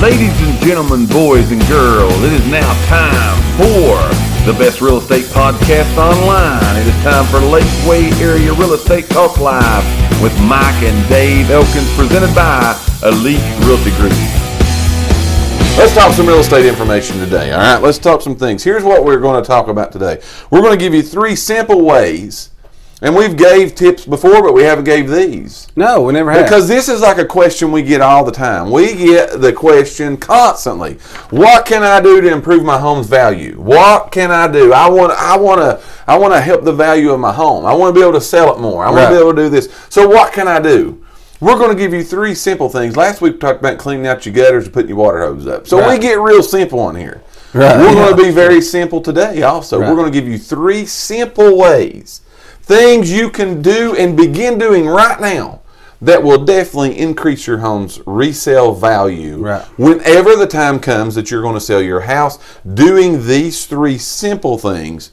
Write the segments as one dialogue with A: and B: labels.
A: Ladies and gentlemen, boys and girls, it is now time for the best real estate podcast online. It is time for Lakeway Area Real Estate Talk Live with Mike and Dave Elkins, presented by Elite Realty Group.
B: Let's talk some real estate information today. All right, let's talk some things. Here's what we're going to talk about today. We're going to give you three simple ways, and we've gave tips before, but we haven't gave these
C: No, we never have.
B: because this is like a question we get all the time. We get the question constantly. What can I do to improve my home's value? What can I do? I want I want to I want to help the value of my home. I want to be able to sell it more. I want to
C: Right.
B: be able to do this. So what can I do? We're going to give you three simple things. Last week we talked about cleaning out your gutters and putting your water hose up. So we
C: Right.
B: get real simple on here.
C: Right,
B: We're
C: yeah.
B: going to be very simple today also. We're
C: Right.
B: going to give you three simple ways, things you can do and begin doing right now that will definitely increase your home's resale value
C: Right.
B: whenever the time comes that you're going to sell your house. Doing these three simple things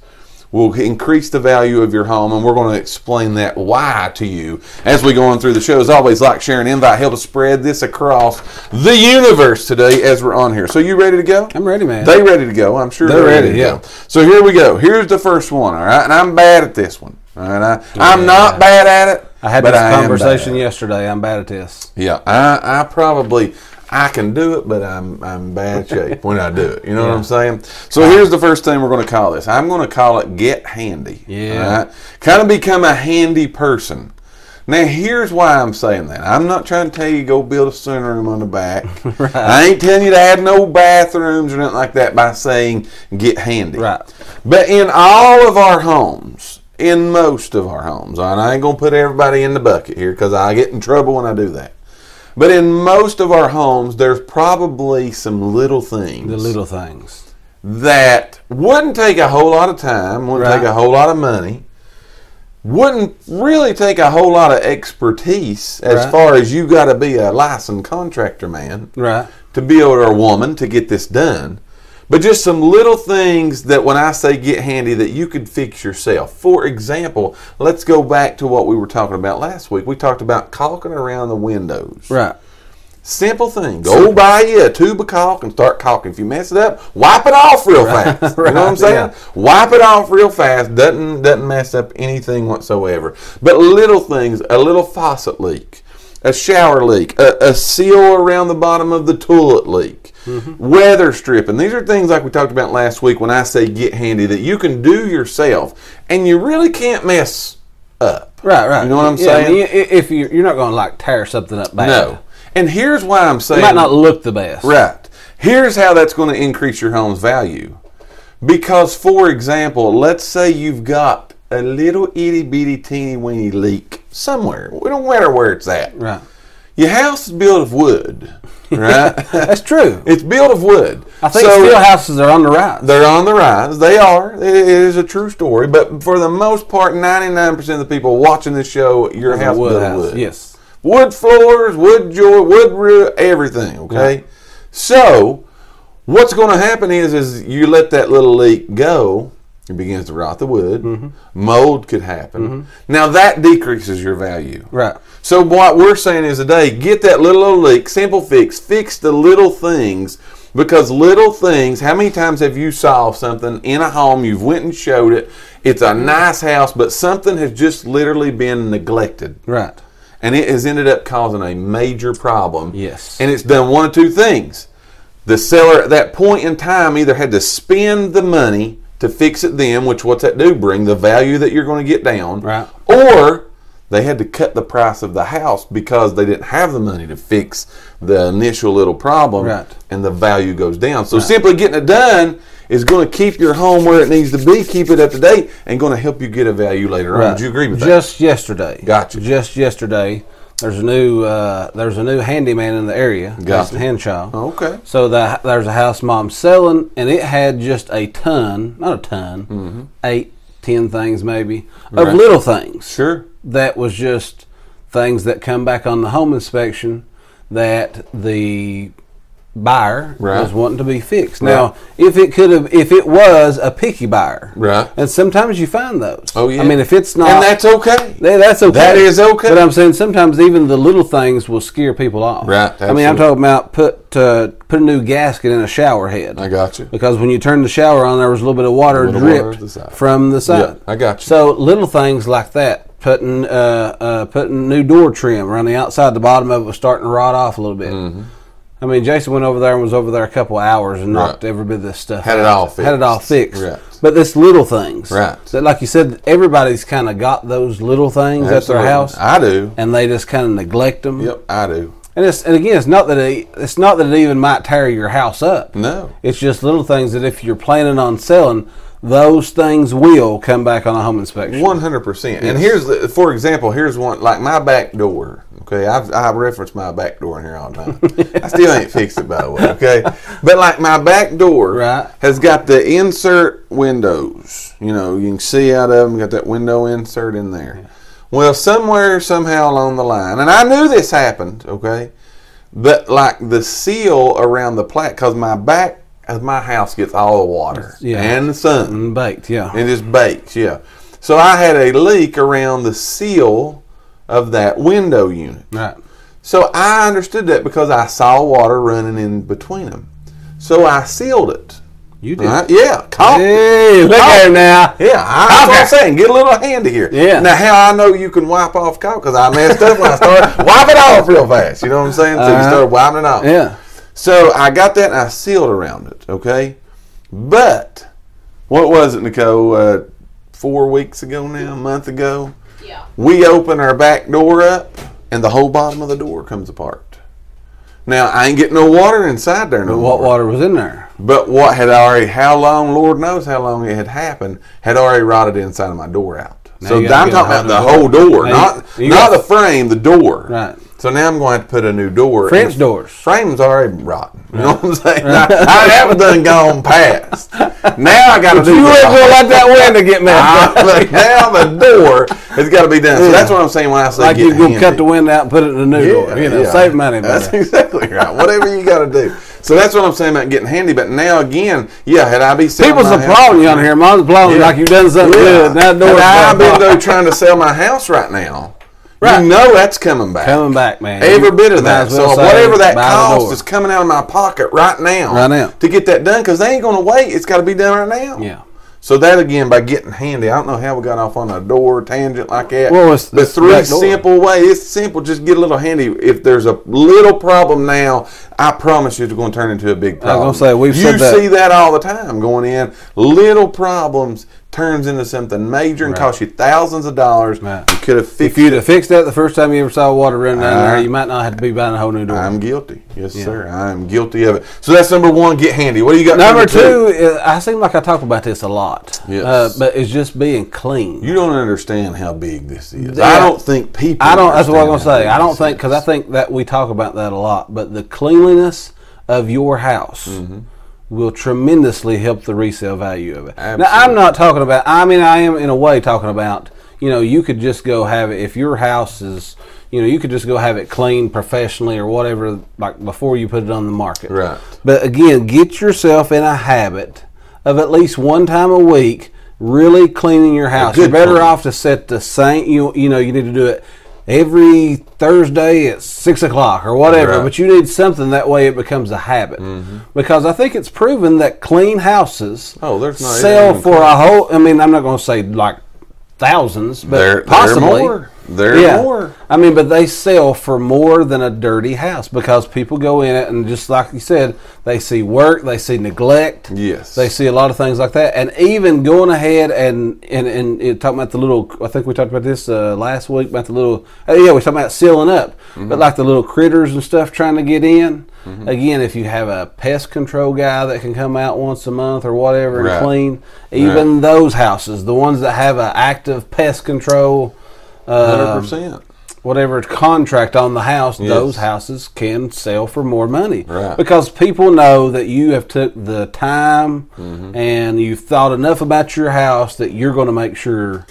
B: will increase the value of your home and we're going to explain that why to you as we go on through the show as always like share and invite help us spread this across the universe today as we're on here so you ready to go
C: I'm ready, man.
B: they ready to go. I'm sure
C: They're ready,
B: to
C: yeah.
B: go. So here we go. Here's the first one. All right, and I'm bad at this one. All right, I, I'm not bad at it.
C: I had
B: but
C: this
B: I am
C: conversation
B: bad.
C: yesterday. I'm bad at this.
B: Yeah, I, I probably I can do it, but I'm I'm bad shape when I do it. You know what I'm saying? So here's the first thing we're going to call this. I'm going to call it get handy.
C: Yeah.
B: All right? Kind of become a handy person. Now here's why I'm saying that. I'm not trying to tell you go build a sunroom on the back. I ain't telling you to add no bathrooms or nothing like that by saying get handy.
C: Right.
B: But in all of our homes, in most of our homes, and I ain't gonna put everybody in the bucket here because I get in trouble when I do that. But in most of our homes, there's probably some little things
C: The little things.
B: that wouldn't take a whole lot of time, wouldn't
C: Right.
B: take a whole lot of money, wouldn't really take a whole lot of expertise as
C: Right.
B: far as you got to be a licensed contractor man
C: Right.
B: to be able or a woman to get this done. But just some little things that when I say get handy that you could fix yourself. For example, let's go back to what we were talking about last week. We talked about caulking around the windows.
C: Right.
B: Simple thing. Go buy you a tube of caulk and start caulking. If you mess it up, wipe it off real fast. You know what I'm
C: Right,
B: saying?
C: yeah.
B: Wipe it off real fast. Doesn't doesn't mess up anything whatsoever. But little things, a little faucet leak, a shower leak, a, a seal around the bottom of the toilet leak,
C: Mm-hmm.
B: weather stripping. These are things like we talked about last week when I say get handy that you can do yourself and you really can't mess up.
C: Right. Right.
B: You know what I'm
C: Yeah, I
B: saying?
C: mean, i- if you're, you're not going to like tear something up bad.
B: No. And here's why I'm saying
C: It might not look the best.
B: Right. Here's how that's going to increase your home's value. Because, for example, let's say you've got a little itty bitty teeny weeny leak somewhere. It don't matter where it's at.
C: Right.
B: Your house is built of wood, right?
C: That's true.
B: it's built of wood.
C: I think steel houses are on the rise.
B: They're on the rise. They are. It is a true story. But for the most part, 99% of the people watching this show, your
C: It's a
B: house is
C: wood
B: built
C: house,
B: of wood
C: Yes.
B: wood floors, wood joy, wood roo- everything. Okay, so what's going to happen is is you let that little leak go, it begins to rot the wood. Mold could happen. Now that decreases your value.
C: Right.
B: So what we're saying is today, get that little old leak, simple fix, fix the little things because little things. How many times have you solved something in a home? You've went and showed it. It's a nice house, but something has just literally been neglected
C: Right.
B: and it has ended up causing a major problem.
C: Yes.
B: And it's done one of two things. The seller at that point in time either had to spend the money to fix it then, which what's that do? Bring the value that you're going to get down.
C: Right.
B: Or they had to cut the price of the house because they didn't have the money to fix the initial little problem
C: Right.
B: and the value goes down. So simply getting it done is going to keep your home where it needs to be, keep it up to date, and going to help you get a value later on. Would you agree with that?
C: Just yesterday.
B: Gotcha.
C: Just yesterday. There's a new uh, there's a new handyman in the area,
B: Gotcha.
C: Jason Henshaw.
B: Okay.
C: So the, there's a house mom selling, and it had just a ton, not a ton, eight, ten things maybe of
B: Mm-hmm. Right.
C: little things.
B: Sure.
C: That was just things that come back on the home inspection that the buyer
B: Right.
C: was wanting to be fixed. Now, if it could have, if it was a picky buyer,
B: Right.
C: And sometimes you find those.
B: Oh yeah.
C: I mean, if it's not,
B: and that's okay.
C: Th- that's okay.
B: That is okay.
C: But I'm saying sometimes even the little things will scare people off.
B: Right,
C: I mean, I'm
B: absolutely.
C: talking about put uh, put a new gasket in a shower head.
B: I got you.
C: Because when you turned the shower on, there was a little bit of water
B: little water
C: dripped
B: to the side.
C: from the side.
B: I got you.
C: So little things like that, putting uh, uh, putting new door trim around the outside, the bottom of it was starting to rot off a little bit.
B: Mm-hmm.
C: I mean, Jason went over there and was over there a couple hours and knocked
B: Right.
C: every bit of this stuff.
B: Had it
C: out.
B: all
C: Had it all
B: fixed.
C: fixed.
B: Right.
C: But it's little things.
B: Right.
C: That, like you said, everybody's kind of got those little things at
B: Absolutely.
C: their house,
B: I do.
C: and they just kind of neglect them.
B: Yep, I do.
C: And it's and again, it's not that it, it's not that it even might tear your house up.
B: No.
C: It's just little things that if you're planning on selling, those things will come back on a home inspection.
B: One hundred percent. And here's the, for example, here's one like my back door. Okay, I've I reference my back door in here all the time. I still ain't fixed it by the way. Okay, but like my back door
C: Right.
B: has got the insert windows. You know, you can see out of them. Got that window insert in there. Well, somewhere somehow along the line, and I knew this happened. Okay, that like the seal around the plat because my back of my house gets all the water
C: Yeah.
B: and the sun.
C: and baked, yeah.
B: It just bakes, yeah. So I had a leak around the seal of that window unit.
C: right.
B: So I understood that because I saw water running in between them. So I sealed it.
C: You did. Oh.
B: Right? Oh. Yeah. Caulked it.
C: Hey, look
B: Caulked
C: there
B: it.
C: now.
B: Yeah, I, that's what I'm
C: Okay.
B: saying. Get a little handy here.
C: Yeah.
B: Now, how I know you can wipe off caulk because I messed up when I started. wipe it off real fast. You know what I'm saying? So you
C: Uh-huh.
B: start wiping it off.
C: Yeah.
B: So I got that and I sealed around it, okay? But what was it, Nicole? Uh, four weeks ago now, a month ago,
D: Yeah.
B: we open our back door up and the whole bottom of the door comes apart. Now I ain't getting no water inside there no
C: What
B: more.
C: water was in there?
B: But what had already, how long, Lord knows how long it had happened, had already rotted the inside of my door out.
C: Now
B: so I'm
C: you
B: talking
C: gotta
B: about
C: get another
B: the
C: door.
B: whole door,
C: Now you-
B: not
C: you
B: not
C: got-
B: the frame, the door.
C: Right.
B: So now I'm going to have to put a new door.
C: French
B: And
C: doors.
B: Frame's already rotten. You know what I'm saying? Now, I, that was done gone past. Now I got to do
C: You ain't gonna let that window get messed
B: I-
C: up.
B: like, now the door has got to be done. So that's what I'm saying when I say
C: Like
B: get
C: you go cut
B: handy.
C: the window out and put it in a new door. You know, save money. by
B: That's
C: that.
B: exactly right. Whatever you got to do. So that's what I'm saying about getting handy. But now again, yeah, had I be selling
C: People's
B: my
C: applauding you
B: house,
C: on here. Mom's applauding
B: Yeah.
C: like you've done something
B: Yeah.
C: good. Now the door's
B: Had I
C: back.
B: been though trying to sell my house right now,
C: Right.
B: you know that's coming back.
C: coming back, man.
B: Every
C: You
B: bit of
C: might
B: that.
C: as well
B: So
C: say,
B: whatever that
C: buy the
B: cost
C: door.
B: is coming out of my pocket right now.
C: Right now.
B: To get that done because they ain't going to wait. It's got to be done right now.
C: Yeah.
B: So that again by getting handy. I don't know how we got off on a door tangent like that.
C: Well, it's-
B: the
C: it's
B: three
C: back door.
B: simple way. It's simple. Just get a little handy. If there's a little problem now, I promise you, it's going to turn into a big
C: was
B: problem.
C: gonna say, we've
B: you
C: said that.
B: see that all the time going in. Little problems turns into something major and costs you thousands of dollars.
C: Right.
B: You could have fixed
C: If you'd
B: it.
C: have fixed that the first time you ever saw water running down
B: Uh,
C: there, you might not have to be buying a whole new door.
B: I'm guilty. Yes, sir. I'm guilty of it. So that's number one. Get handy. What do you got?
C: Number two, uh, I seem like I talk about this a lot,
B: Yes.
C: uh, but it's just being clean.
B: You don't understand how big this is.
C: Yeah.
B: I don't think people.
C: I don't. That's what I'm gonna
B: understand
C: say.
B: how
C: I don't
B: big
C: think
B: this
C: because I
B: is.
C: think that we talk about that a lot, but the cleanliness of your house
B: Mm-hmm.
C: will tremendously help the resale value of it. Now, I'm
B: Absolutely.
C: not talking about. I mean, I am in a way talking about. You know, you could just go have it if your house is. You know, you could just go have it cleaned professionally or whatever, like before you put it on the market.
B: Right.
C: But again, get yourself in a habit of at least one time a week really cleaning your house.
B: good
C: You're better
B: clean.
C: off off to set the same. You you know you need to do it every Thursday at six o'clock or whatever.
B: Right. Mm-hmm.
C: But you need something that way it becomes a habit because I think it's proven that clean houses
B: Oh, there's not
C: sell
B: even
C: for a whole. I mean, I'm not going to say like thousands, but
B: There- there
C: possibly
B: more. There more.
C: I mean, but they sell for more than a dirty house because people go in it and just like you said, they see work, they see neglect.
B: Yes.
C: They see a lot of things like that. And even going ahead and, and, and it, talking about the little, I think we talked about this uh, last week, about the little, uh, yeah, we talked about sealing up.
B: Mm-hmm.
C: But like the little critters and stuff trying to get in. Again, if you have a pest control guy that can come out once a month or whatever
B: Right.
C: and clean, even those houses, the ones that have an active pest control, uh,
B: 100%.
C: whatever contract on the house,
B: Yes.
C: those houses can sell for more money.
B: Right.
C: Because people know that you have took the time
B: Mm-hmm.
C: and you've thought enough about your house that you're going to make sure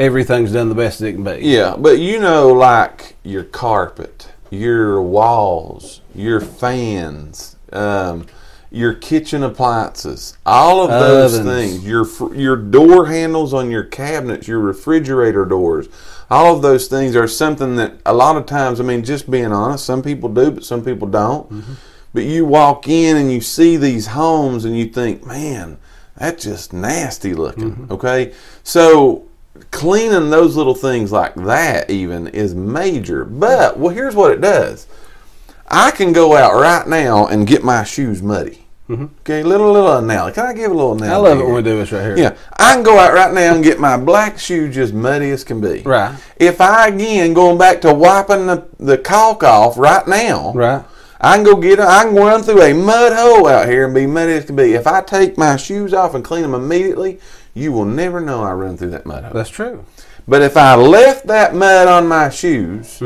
C: everything's done the best it can be.
B: Yeah, but you know, like your carpet, your walls, your fans, um, your kitchen appliances, all of those
C: Ovens.
B: things, your fr- your door handles on your cabinets, your refrigerator doors, all of those things are something that a lot of times, I mean, just being honest, some people do, but some people don't. But you walk in and you see these homes and you think, man, that's just nasty looking. Okay, so cleaning those little things like that even is major. But well, here's what it does. I can go out right now and get my shoes muddy. Okay, little little analogy. Can I give a little analogy?
C: Mm-hmm. I love it
B: here?
C: when we do this right here.
B: Yeah, I can go out right now and get my black shoe just muddy as can be.
C: Right.
B: If I again going back to wiping the, the caulk off right now.
C: Right.
B: I can go get. I can run through a mud hole out here and be muddy as can be. If I take my shoes off and clean them immediately, you will never know I run through that mud hole.
C: That's true.
B: But if I left that mud on my shoes,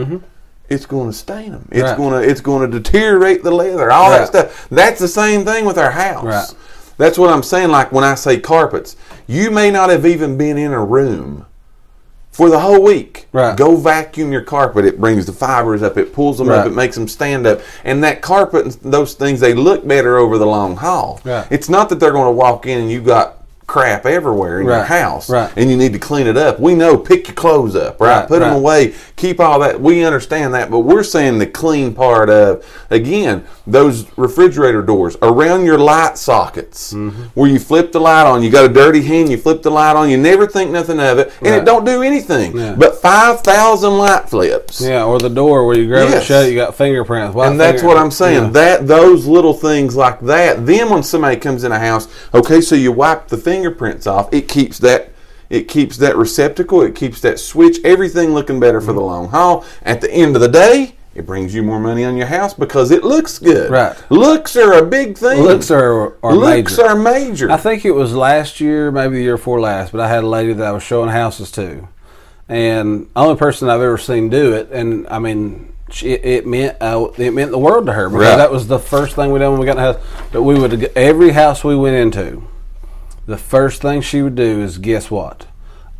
B: it's going to stain them. It's
C: Mm-hmm. Right.
B: going to it's going to deteriorate the leather. All that
C: Right.
B: stuff. That's the same thing with our house.
C: Right.
B: That's what I'm saying. Like when I say carpets, you may not have even been in a room for the whole week.
C: Right.
B: Go vacuum your carpet. It brings the fibers up. It pulls them up.
C: Right.
B: It makes them stand up. And that carpet, and those things, they look better over the long haul.
C: Right.
B: It's not that they're going to walk in and you got crap everywhere in your
C: Right.
B: house
C: Right.
B: and you need to clean it up. We know pick your clothes up, right?
C: Right,
B: Put them
C: right.
B: away. Keep all that. We understand that, but we're saying the clean part of again those refrigerator doors around your light sockets
C: Mm-hmm.
B: where you flip the light on. You got a dirty hand, you flip the light on. You never think nothing of it, and it
C: Right.
B: don't do anything.
C: Yeah.
B: But five thousand light flips.
C: Yeah, or the door where you grab
B: Yes.
C: it shut, you got fingerprints. Why
B: And that's what I'm
C: fingerprints?
B: saying.
C: Yeah.
B: That those little things like that. Then when somebody comes in a house, okay, so you wipe the fingerprints off. It keeps that. It keeps that receptacle. It keeps that switch. Everything looking better for the
C: Mm-hmm.
B: long haul. At the end of the day, it brings you more money on your house because it looks good.
C: Right.
B: Looks are a big thing.
C: Looks are, are
B: looks
C: major.
B: are major.
C: I think it was last year, maybe the year before last, but I had a lady that I was showing houses to, and only person I've ever seen do it, and I mean, she, it meant uh, it meant the world to her because
B: Right.
C: that was the first thing we done when we got in the house. But we would every house we went into, the first thing she would do is guess what.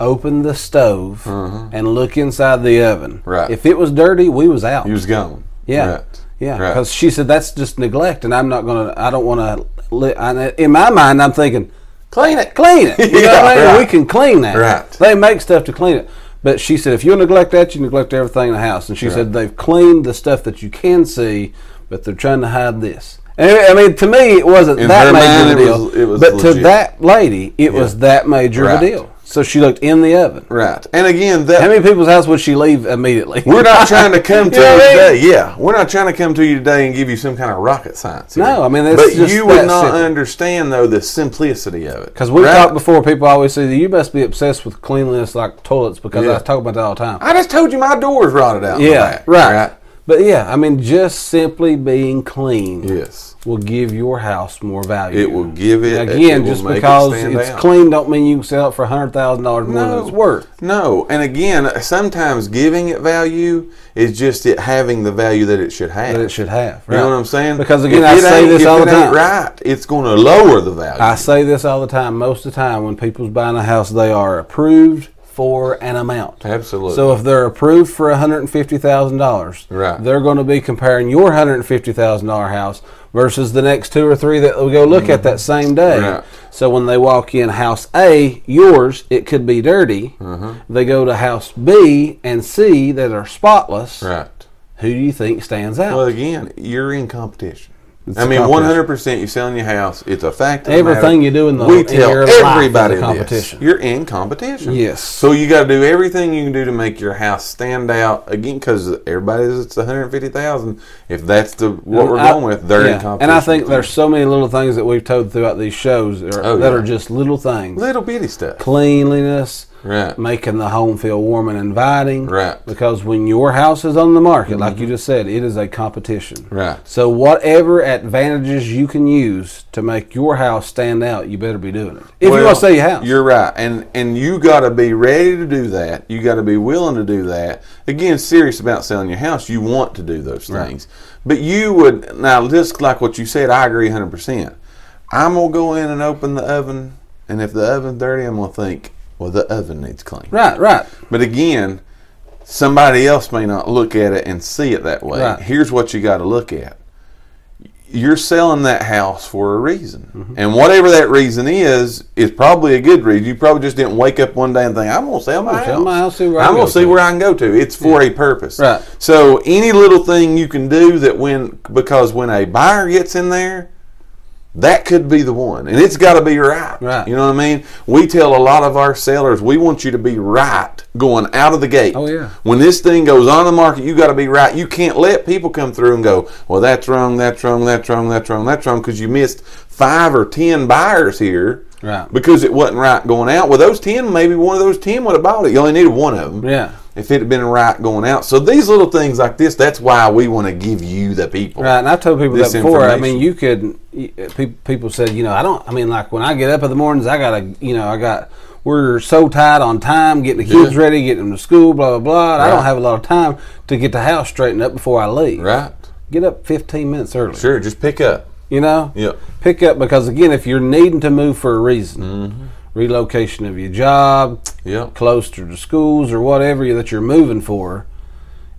C: Open the stove and look inside the oven.
B: Mm-hmm. Right.
C: If it was dirty, we was out.
B: he was gone.
C: Yeah,
B: Right.
C: yeah.
B: Right.
C: Because she said that's just neglect, and I'm not gonna. I don't want to. Li- I, in my mind, I'm thinking, clean it, clean it. You know what I mean?
B: Yeah, right.
C: We can clean that.
B: Right.
C: They make stuff to clean it. But she said, if you neglect that, you neglect everything in the house. And she said they've cleaned the stuff that you can see, but they're trying to hide this. And it- I mean, to me, it wasn't
B: In her
C: that major
B: mind,
C: of
B: it
C: a deal.
B: was- it was
C: but to
B: legit.
C: that lady, it was that major
B: Right.
C: of a deal. So she looked in the oven.
B: right. And again, that
C: How many people's house would she leave immediately?
B: We're not trying to come to
C: You
B: you,
C: know what I mean?
B: today. Yeah, we're not trying to come to you today and give you some kind of rocket science. here.
C: No, I mean, it's
B: but
C: just
B: you would
C: that
B: not
C: simple.
B: understand though the simplicity of it
C: Because we
B: right?
C: talked before, people always say that you must be obsessed with cleanliness like toilets because
B: Yeah.
C: I talk about that all the time.
B: I just told you my door's rotted out. in the
C: yeah,
B: back,
C: right. But yeah, I mean, just simply being clean
B: Yes.
C: will give your house more value.
B: It will give it- it
C: again.
B: will
C: just
B: make it
C: because
B: stand
C: it's
B: out.
C: clean, don't mean you can sell it for hundred thousand dollars more
B: No.
C: than it's worth.
B: No, and again, sometimes giving it value is just it having the value that it should have.
C: That it should have.
B: You know
C: right?
B: what I'm saying?
C: Because again,
B: If
C: I
B: it
C: say
B: ain't-
C: this
B: if
C: all
B: it
C: the
B: ain't
C: time.
B: Right, it's going to lower the value.
C: I say this all the time. Most of the time, when people's buying a house, they are approved for an amount.
B: Absolutely.
C: So if they're approved for one hundred and fifty thousand dollars,
B: Right.
C: they're going to be comparing your hundred and fifty thousand dollar house versus the next two or three that we go look at that same day.
B: Mm-hmm. Right.
C: So when they walk in house A, yours it could be dirty.
B: Mm-hmm.
C: They go to house B and C that are spotless.
B: right.
C: Who do you think stands out?
B: Well, again, you're in competition. I
C: a
B: mean, one
C: competition.
B: hundred percent. You selling your house. It's a fact. of the
C: Everything
B: matter.
C: you do in the-
B: we
C: in
B: tell
C: your life is a
B: everybody this.
C: competition.
B: You're in competition.
C: Yes.
B: So you got to do everything you can do to make your house stand out again because everybody is it's one hundred fifty thousand. If that's the what we're
C: I-
B: going with, they're
C: yeah.
B: in competition.
C: And I think there's so many little things that we've told throughout these shows that are,
B: Oh,
C: that
B: yeah.
C: are just little things.
B: little bitty stuff.
C: Cleanliness,
B: Right.
C: making the home feel warm and inviting.
B: Right. Mm-hmm.
C: Because when your house is on the market, like you just said, it is a competition.
B: Right.
C: So whatever advantages you can use to make your house stand out, you better be doing it. If you
B: Well,
C: want to sell your house.
B: You're right, and and you got to be ready to do that. You got to be willing to do that. Again, serious about selling your house. You want to do those things, but you would now just like what you said. I agree, hundred percent. I'm gonna go in and open the oven, and if the oven's dirty, I'm gonna think, well, the oven needs clean.
C: right, right.
B: But again, somebody else may not look at it and see it that way.
C: Right.
B: Here's what you got to look at. you're selling that house for a reason.
C: Mm-hmm.
B: And whatever that reason is, is probably a good reason. You probably just didn't wake up one day and think, I'm going to sell my house.
C: sell my house, see where I
B: I'm
C: can
B: going
C: go
B: to see
C: to."
B: where I can go to. It's for a purpose.
C: Right.
B: So any little thing you can do that when, because when a buyer gets in there, that could be the one. And it's got to be right.
C: Right.
B: You know what I mean? We tell a lot of our sellers, we want you to be right going out of the gate.
C: Oh, yeah.
B: When this thing goes on the market, you got to be right. You can't let people come through and go, well, that's wrong, that's wrong, that's wrong, that's wrong, that's wrong, because you missed five or ten buyers here.
C: Right.
B: Because it wasn't right going out. Well, those ten, maybe one of those ten would have bought it. You only needed one of them
C: Yeah.
B: if it had been right going out. So these little things like this, that's why we want to give you the people.
C: Right, and I've told people that
B: This
C: before. I
B: information.
C: mean, you could. you- pe- People said, you know, I don't. I mean, like when I get up in the mornings, I gotta, you know, I got. We're so tight on time, getting the kids
B: Yeah.
C: ready, getting them to school, blah blah blah. and I don't
B: Right.
C: have a lot of time to get the house straightened up before I leave.
B: Right.
C: Get up fifteen minutes early.
B: Sure, just pick up.
C: You know.
B: Yep.
C: Pick up because again, if you're needing to move for a reason,
B: Mm-hmm.
C: relocation of your job,
B: Yep.
C: closer to schools or whatever that you're moving for,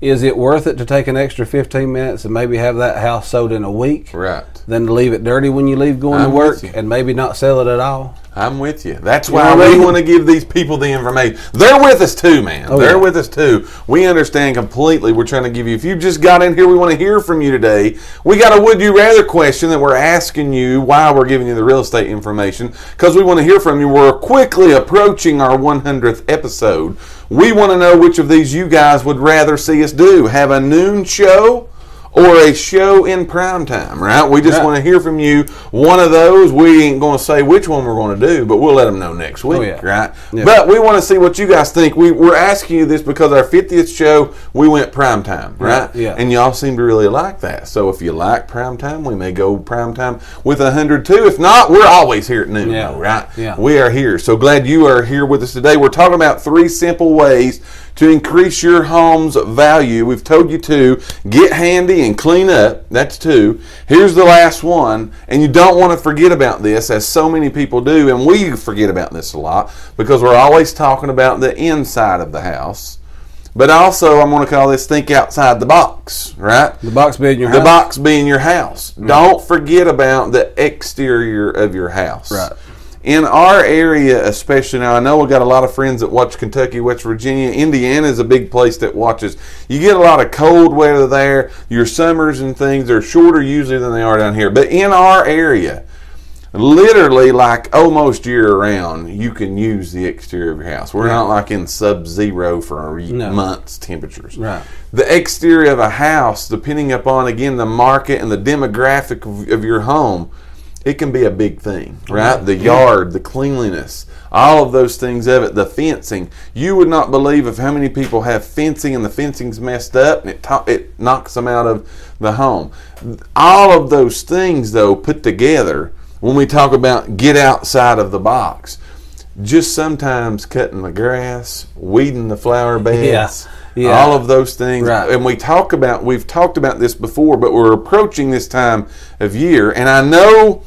C: is it worth it to take an extra 15 minutes and maybe have that house sold in a week?
B: Right.
C: Than to leave it dirty when you leave going
B: I'm
C: to
B: with
C: work
B: you.
C: and maybe not sell it at all?
B: I'm with you. That's
C: You
B: why
C: know what I
B: we
C: mean?
B: want to give these people the information. They're with us too, man.
C: Oh,
B: They're
C: yeah.
B: with us too. We understand completely. We're trying to give you. If you just got in here, we want to hear from you today. We got a would you rather question that we're asking you why we're giving you the real estate information because we want to hear from you. We're quickly approaching our 100th episode. We want to know which of these you guys would rather see us do. Have a noon show or a show in prime time, right? We just
C: Right.
B: want to hear from you. One of those, we ain't going to say which one we're going to do, but we'll let them know next week,
C: Oh, yeah.
B: right?
C: Yeah.
B: But we want to see what you guys think. We, we're asking you this because our 50th show, we went prime time, right?
C: Yeah.
B: And y'all seem to really like that. So if you like prime time, we may go prime time with 102. If not, we're always here at noon,
C: Yeah.
B: though, right?
C: Yeah.
B: We we are here. So glad you are here with us today. We're talking about three simple ways to increase your home's value. We've told you to get handy and clean up. That's two. Here's the last one, and you don't want to forget about this, as so many people do, and we forget about this a lot because we're always talking about the inside of the house. But also, I'm going to call this think outside the box, right?
C: The box bed in your
B: The
C: house.
B: box being your house. Don't forget about the exterior of your house.
C: Right.
B: In our area, especially now, I know we've got a lot of friends that watch Kentucky, West Virginia. Indiana is a big place that watches. You get a lot of cold weather there. Your summers and things are shorter usually than they are down here. But in our area, literally like almost year round, you can use the exterior of your house. We're not like in sub zero for a
C: No.
B: months temperatures.
C: Right.
B: The exterior of a house, depending upon again the market and the demographic of, of your home, it can be a big thing, right? The yard, the cleanliness, all of those things of it, the fencing. You would not believe of how many people have fencing and the fencing's messed up and it to- it knocks them out of the home. All of those things though put together when we talk about get outside of the box, just sometimes cutting the grass, weeding the flower beds,
C: Yeah.
B: all of those things.
C: Right.
B: And we talk about we've talked about this before, but we're approaching this time of year, and I know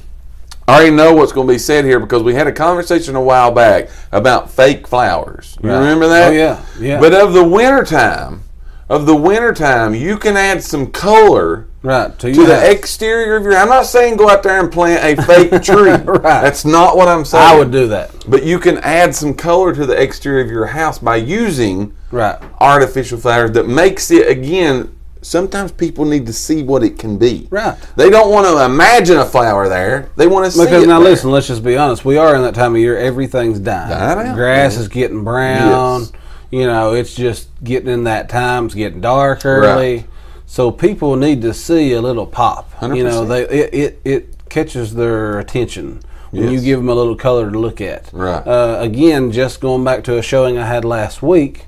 B: I already know what's going to be said here because we had a conversation a while back about fake flowers. You
C: Right.
B: remember that?
C: Oh, yeah. Yeah.
B: But of the wintertime, of the wintertime, you can add some color
C: Right. To,
B: to
C: your house.
B: the exterior of your. I'm not saying go out there and plant a fake tree.
C: Right.
B: That's not what I'm saying.
C: I would do that.
B: But you can add some color to the exterior of your house by using
C: Right.
B: artificial flowers that makes it again. Sometimes people need to see what it can be.
C: Right.
B: They don't want to imagine a flower there. They want to see
C: Because
B: it
C: now,
B: there.
C: listen, let's just be honest. We are in that time of year. Everything's dying.
B: Dying out,
C: Grass
B: yeah.
C: is getting brown.
B: Yes.
C: You know, it's just getting in that time. It's getting dark early.
B: Right.
C: So people need to see a little pop. You know,
B: 100%.
C: they it, it, it catches their attention when you
B: Yes.
C: give them a little color to look at.
B: Right.
C: Uh, again, just going back to a showing I had last week.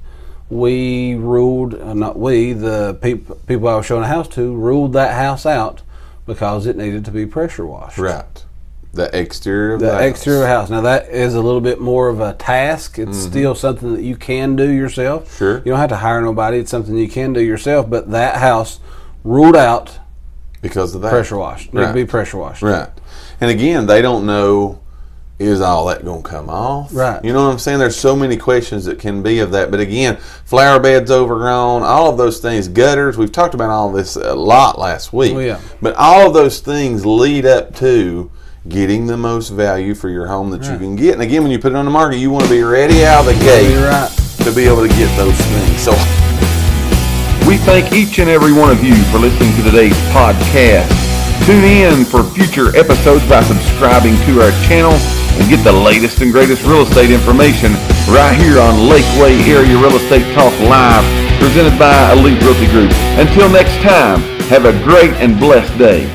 C: We ruled, uh, not we, the peop- people I was showing a house to ruled that house out because it needed to be pressure washed
B: Right. The exterior of
C: the
B: the house.
C: exterior house. Now that is a little bit more of a task. It's still something that you can do yourself.
B: Mm-hmm. Sure.
C: You don't have to hire nobody. It's something you can do yourself. But that house ruled out
B: because of that
C: pressure washed. Need
B: Right.
C: to be pressure washed.
B: Right. And again, they don't know is all that going to come off?
C: Right.
B: You know what I'm saying? There's so many questions that can be of that. But again, flower beds overgrown, all of those things, gutters. We've talked about all this a lot last week.
C: Oh, yeah.
B: But all of those things lead up to getting the most value for your home that you can get. And again, when you put it on the market, you want to be ready out of the gate
C: You're right.
B: to be able to get those things. So
A: We thank each and every one of you for listening to today's podcast. Tune in for future episodes by subscribing to our channel and get the latest and greatest real estate information right here on Lakeway Area Real Estate Talk Live, presented by Elite Realty Group. Until next time, have a great and blessed day.